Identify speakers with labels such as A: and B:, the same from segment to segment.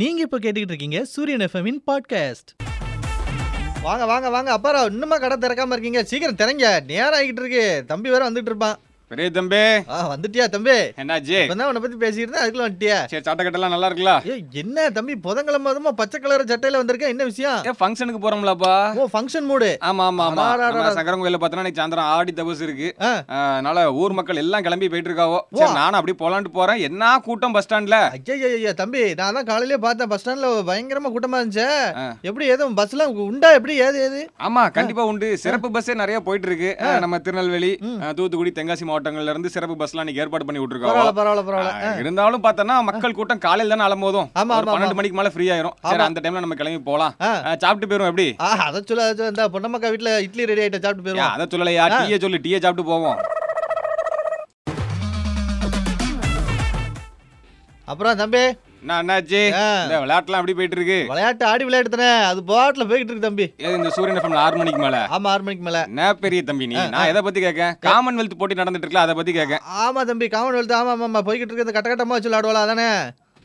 A: நீங்க இப்ப கேட்டுக்கிட்டு இருக்கீங்க சூரியன் எஃப்எம்மின் பாட்காஸ்ட்
B: வாங்க வாங்க வாங்க அப்பாரா இன்னுமா கடை திறக்காம இருக்கீங்க சீக்கிரம் திறங்க நேரம் ஆகிட்டு இருக்கு தம்பி வேற வந்துட்டு இருப்பான்
C: பெரிய தம்பி
B: ஆ வந்துட்டியா தம்பி
C: என்னாச்சு
B: இப்பதான் உன்னை பத்தி பேசிக்கிட்டு இருந்தேன், அதுக்குள்ள வந்துட்டியா
C: சரி சாட்டக்கட்டெல்லாம் நல்லா இருக்குல்ல
B: ஏ என்ன தம்பி புதன்கிழமை அதுமா பச்சை கலர் சட்டையில வந்திருக்க என்ன விஷயம்
C: ஏ ஃபங்க்ஷனுக்கு போறோம்லப்பா
B: ஓ ஃபங்க்ஷன் மூடு
C: ஆமா ஆமா ஆமா
B: அடாடாடா.
C: நம்ம சங்கரன் கோயில பார்த்தோன்னா இன்னைக்கு சாயந்தரம் ஆடி தபசு இருக்கு
B: ஆ.
C: ஆ, அதனால ஊர் மக்கள் எல்லாம் கிளம்பி போயிட்டு இருக்காவோ சரி நானும் அப்படியே போலான்ட்டு போறேன் என்ன கூட்டம் பஸ் ஸ்டாண்ட்ல
B: ஐயா தம்பி நான் தான் காலையிலே பார்த்தேன் பஸ் ஸ்டாண்ட்ல பயங்கரமா கூட்டமா இருந்துச்சு
C: ஆ.
B: எப்படி ஏதும் பஸ்லாம் உண்டா எப்படி ஏது ஏது
C: ஆமா கண்டிப்பா உண்டு சிறப்பு பஸ்ஸே நிறைய போயிட்டு இருக்கு ஆ, நம்ம திருநெல்வேலி
B: ம்.
C: ஆ, தூத்துக்குடி தென்காசி மாவட்டங்கள்ல இருந்து சிறப்பு பஸ்லாம் இன்னைக்கு ஏற்பாடு பண்ணி விட்டுருக்காவோ
B: பரவாயில்ல பரவாயில்ல பரவாயில்ல
C: ஆ, இருந்தாலும் பார்த்தோன்னா மக்கள் கூட்டம் காலையில தானே அலம்போதும்
B: ஆமா,
C: ஒரு
B: ஆமா,
C: பன்னெண்டு மணிக்கு மேல ஃப்ரீ ஆயிரும் சரி
B: ஆமா.
C: அந்த டைம்ல நம்ம கிளம்பி போலாம்
B: ஆ.
C: ஆ, சாப்பிட்டு போயிரும் எப்படி
B: ஆ அதை சொல்ல அதை சொல்ல. இந்த பொன்னமக்கா வீட்டுல இட்லி ரெடி ஆயிட்ட சாப்பிட்டு
C: ஏ,
B: போயிருவோம்
C: அதை சொல்லலையா டீயை சொல்லி டீயை சாப்பிட்டு போவோம்
B: அப்புறம் தம்பி
C: என்ன அண்ணாச்சி
B: ஆ.
C: இந்த விளையாட்டுலாம் அப்படி போயிட்டு இருக்கு
B: விளையாட்டு ஆடி விளையாட்டு தானே அது பாட்டுல போய்கிட்டு இருக்கு தம்பி
C: ஏது இந்த சூரியன் எஃப்எம்ல ஆறு மணிக்கு மேல
B: ஆமா ஆறு மணிக்கு மேல
C: என்ன பெரிய தம்பி நீ நான் எதை பத்தி கேட்க காமன்வெல்த் போட்டி நடந்துட்டு இருக்கல அதை பத்தி கேட்க
B: ஆமா தம்பி காமன்வெல்த் ஆமா ஆமா ஆமா போய்கிட்டு இருக்கிறது கட்டகட்டமா வச்சு விளையாடுவாளா தானே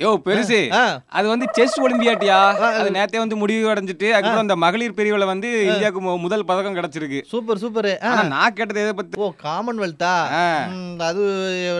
C: யோ பெருசு
B: ஆ
C: அது வந்து செஸ் ஒலிம்பியாட்டியா அது நேத்தே வந்து முடிவு அடைஞ்சிட்டு அதுக்கப்புறம் அந்த மகளிர் பிரிவுல வந்து இந்தியாவுக்கு மு- முதல் பதக்கம் கிடைச்சிருக்கு
B: சூப்பர் சூப்பர்
C: ஆனா நான் கேட்டது எதை பத்தி
B: ஓ காமன்வெல்த்தா
C: ஆ.
B: ம், அது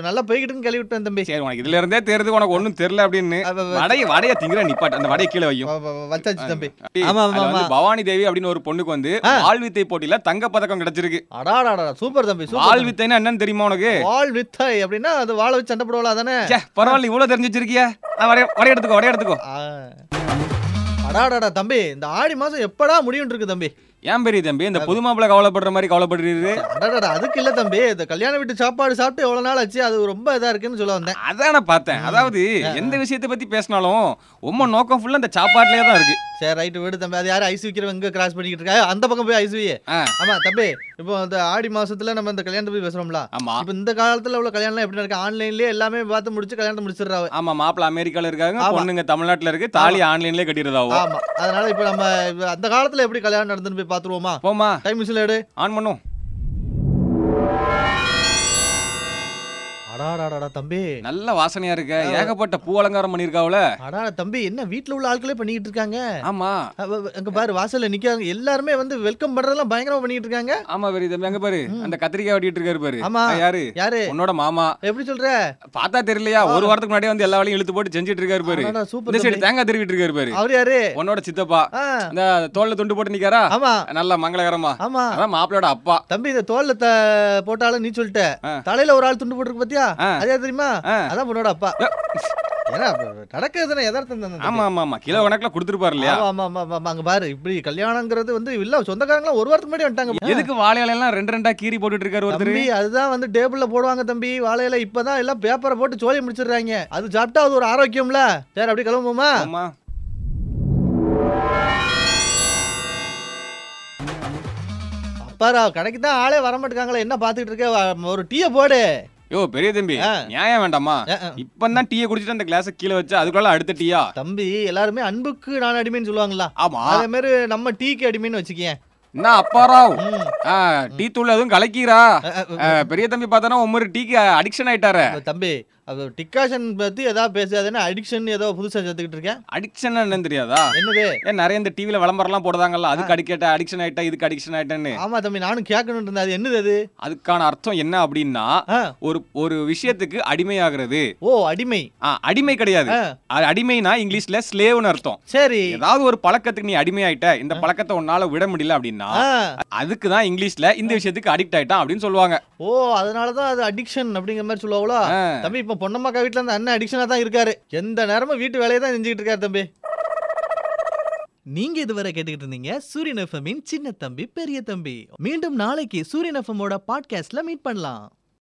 B: நல்லா போய்கிட்டுன்னு கேள்விப்பட்டேன் தம்பி
C: சரி உனக்கு இதுல இருந்தே தெரியுது உனக்கு ஒண்ணும் தெரியல அப்படின்னு
B: அவ- அவ-
C: வடைய வடைய திங்கிற நிப்பாட்டு அந்த வடைய கீழே வையும்
B: வ- வ- வ- வச்சாச்சு தம்பி
C: அப்படி,
B: ஆமா, ஆமா,
C: அதுல வந்து
B: ஆமா.
C: பவானி தேவி அப்படின்னு ஒரு பொண்ணுக்கு வந்து வாழ்வித்தை போட்டியில தங்க பதக்கம் கிடைச்சிருக்கு
B: அடாடாடா சூப்பர் தம்பி சூப்பர்
C: வாழ்வித்தைன்னா என்னன்னு தெரியுமா உனக்கு
B: வால் வித் அப்படின்னா அது வாழ வச்சு சண்டை போடுவாளா தானே
C: ச்சே, பரவாயில்ல இவ்வளவு தெரிஞ்சு வச்சிருக்கியா நான் வடைய வடைய எடுத்துக்கோ வடைய எடுத்துக்கோ
B: ஆ. அடாடாடா தம்பி இந்த ஆடி மாசம் எப்படா முடியும் இருக்கு தம்பி
C: ஏன் பெரிய தம்பி இந்த புது மாப்பிள்ளை கவலைப்படுற மாதிரி கவலைப்படுறீரு
B: அடாடாடா அதுக்கு இல்ல தம்பி இந்த கல்யாண வீட்டு சாப்பாடு சாப்பிட்டு எவ்வளவு நாள் ஆச்சு அது ரொம்ப இதா இருக்குன்னு சொல்ல வந்தேன்
C: அதான் நான் பார்த்தேன் அதாவது எந்த விஷயத்தை பத்தி பேசினாலும் உம்ம நோக்கம் ஃபுல்லா இந்த சாப்பாட்டுலயே தான் இருக்கு
B: சரி ரைட்டு விடு தம்பி அது யார் ஐஸ் விற்கிறவங்க எங்க கிராஸ் பண்ணிக்கிட்டு இருக்கா அந்த பக்கம் போய் ஐஸ் வையே
C: ஆ.
B: ஆமா தம்பி இப்போ இந்த ஆடி மாசத்துல நம்ம இந்த கல்யாணத்தை போய் பேசுறோம்ல
C: ஆமா
B: இப்போ இந்த காலத்துல உள்ள கல்யாணம் எப்படி இருக்கு ஆன்லைன்லயே எல்லாமே பார்த்து முடிச்சு கல்யாணத்தை முடிச்சிடுறாங்க
C: ஆமா மாப்பிள்ள அமெரிக்கால இருக்காங்க
B: ஆமா.
C: பொண்ணுங்க தமிழ்நாட்டுல இருக்கு தாலி ஆன்லைன்லயே கட்டிடுறதாவோ
B: ஆமா அதனால இப்போ நம்ம இப்ப அந்த காலத்துல எப்படி கல்யாணம் நடந்துன்னு போய் பாத்துருவோமா
C: போமா
B: டைம் மிஷின் எடு
C: ஆன் பண்ணும்
B: அடாடாடாடா தம்பி
C: நல்ல வாசனையா இருக்க ஏகப்பட்ட பூ அலங்காரம் பண்ணிருக்காவல
B: அடாடா தம்பி என்ன வீட்ல உள்ள ஆட்களே பண்ணிக்கிட்டு இருக்காங்க
C: ஆமா
B: அவ- அவ- அங்க பாரு வாசல்ல நிக்காங்க எல்லாருமே வந்து வெல்கம் பண்றதெல்லாம் பயங்கரமா பண்ணிட்டு இருக்காங்க
C: ஆமா பெரிய தம்பி அங்க பாரு அந்த கத்திரிக்காய் வெட்டிட்டு இருக்காரு பாரு
B: ஆமா.
C: ஆ, யாரு
B: யாரு
C: உன்னோட மாமா
B: எப்படி சொல்ற
C: பார்த்தா தெரியலையா ஒரு வாரத்துக்கு முன்னாடியே வந்து எல்லா வேலையும் இழுத்து போட்டு செஞ்சுட்டு இருக்காரு பாரு
B: அடாடா
C: இந்த
B: சூப்பர்
C: சைடு
B: தம்பி.
C: தேங்காய் திருவிட்டு இருக்காரு பாரு
B: அவர் யாரு
C: உன்னோட சித்தப்பா
B: ஆ,
C: இந்த தோல்ல துண்டு போட்டு நிக்காரா
B: ஆமா
C: நல்லா மங்களகரமா
B: ஆமா
C: அதான் மாப்பிளோட அப்பா
B: தம்பி இந்த தோல்ல த- போட்டாலும் நீ சொல்லிட்ட
C: ஆ.
B: தலையில ஒரு ஆள் துண்டு போட்டிருக்கு பாத்தியா
C: ஆ.
B: அது யார் தெரியுமா
C: ஆ.
B: அதான் பொண்ணோட அப்பா ஏன்னா நடக்கிறதுனா யதார்த்தம் தானே தம்பி.
C: ஆமா ஆமா ஆமா கிலோ கணக்குல கொடுத்துருப்பாரு இல்லையா
B: ஆமா ஆமா ஆமா ஆமா, ஆமா அங்க பாரு இப்படி கல்யாணங்கிறது வந்து இல்ல சொந்தக்காரங்களாம் ஒரு வாரத்துக்கு முன்னாடி வந்துட்டாங்க
C: எதுக்கு வாழையில எல்லாம் ரெண்டு ரெண்டா கீறி போட்டுட்டு இருக்காரு ஒருத்தர்
B: தம்பி அதுதான் வந்து டேபிள்ல போடுவாங்க தம்பி வாழையில இப்பதான் எல்லாம் பேப்பரை போட்டு சோழி முடிச்சிடுறாங்க அது சாப்பிட்டா அது ஒரு ஆரோக்கியம்ல சரி அப்படி கிளம்புமா
C: ஆமா
B: அப்பாரா கடைக்கு தான் ஆளே வர மாட்டேங்காங்களே என்ன பாத்துக்கிட்டு இருக்க வா- ஒரு டீயை போடு
C: யோ பெரிய தம்பி
B: ஆ.
C: நியாயம் வேண்டாமா
B: ஆ, ஆ.
C: இப்பதான் டீயை குடிச்சிட்டு அந்த கிளாஸ கீழே வச்சு அதுக்குள்ள அடுத்த டீயா
B: தம்பி எல்லாருமே அன்புக்கு நான் அடிமைன்னு சொல்லுவாங்களா
C: ஆமா
B: அதே மாதிரி நம்ம டீக்கு அடிமைன்னு வச்சுக்கேன்
C: என்ன அப்பாராவ்
B: ம்.
C: ஆ, டீ தூள் எதுவும் கலக்கிறா
B: அ, அ,
C: ஆ, பெரிய தம்பி பார்த்தானா ஒவ்வொரு டீக்கு அடிக்ஷன் ஆயிட்டாரு
B: அ, தம்பி அது டிகாஷன் பத்தி ஏதாவது பேசாதுன்னா அடிக்ஷன் ஏதோ புதுசா சேர்த்துக்கிட்டு இருக்கேன்
C: அடிக்ஷன் என்னன்னு தெரியாதா
B: என்னது
C: ஏன் நிறைய இந்த டிவில விளம்பரம்லாம் போடுதாங்கல்ல அதுக்கு அடிக்கட்ட அடிக்ஷன் ஆயிட்டா இதுக்கு அடிக்ஷன் ஆயிட்டேன்னு
B: ஆமா தம்பி நானும் கேட்கணும்னு இருந்தேன் அது என்னது அது
C: அதுக்கான அர்த்தம் என்ன அப்படின்னா
B: ஆ.
C: ஒரு ஒரு விஷயத்துக்கு அடிமையாகிறது
B: ஓ அடிமை
C: ஆ, அடிமை கிடையாது
B: ஆ.
C: அ- அடிமைனா இங்கிலீஷ்ல ஸ்லேவ்னு அர்த்தம்
B: சரி
C: ஏதாவது ஒரு பழக்கத்துக்கு நீ அடிமையாயிட்ட இந்த பழக்கத்தை உன்னால விட முடியல அப்படின்னா
B: ஆ
C: அதுக்கு தான் இங்கிலீஷ்ல இந்த விஷயத்துக்கு அடிக்ட் ஆயிட்டான் அப்படின்னு சொல்லுவாங்க
B: ஓ அதனால தான் அது அடிக்ஷன் அப்படிங்கிற மாதிரி சொல்லுவாங்களோ
C: ஆ.
B: தம்பி இப்போ பொன்னம்மாக்கா வீட்டில் அந்த அண்ணன் அடிக்ஷனாக தான் இருக்காரு எந்த நேரமும் வீட்டு வேலையை தான் செஞ்சுக்கிட்டு இருக்காரு தம்பி
A: நீங்க இதுவரை கேட்டுக்கிட்டு இருந்தீங்க சூரியன் எஃப்எம்மின் சின்ன தம்பி பெரிய தம்பி மீண்டும் நாளைக்கு சூரியன் எஃப்எம்மோட பாட்காஸ்ட்ல மீட் பண்ணலாம்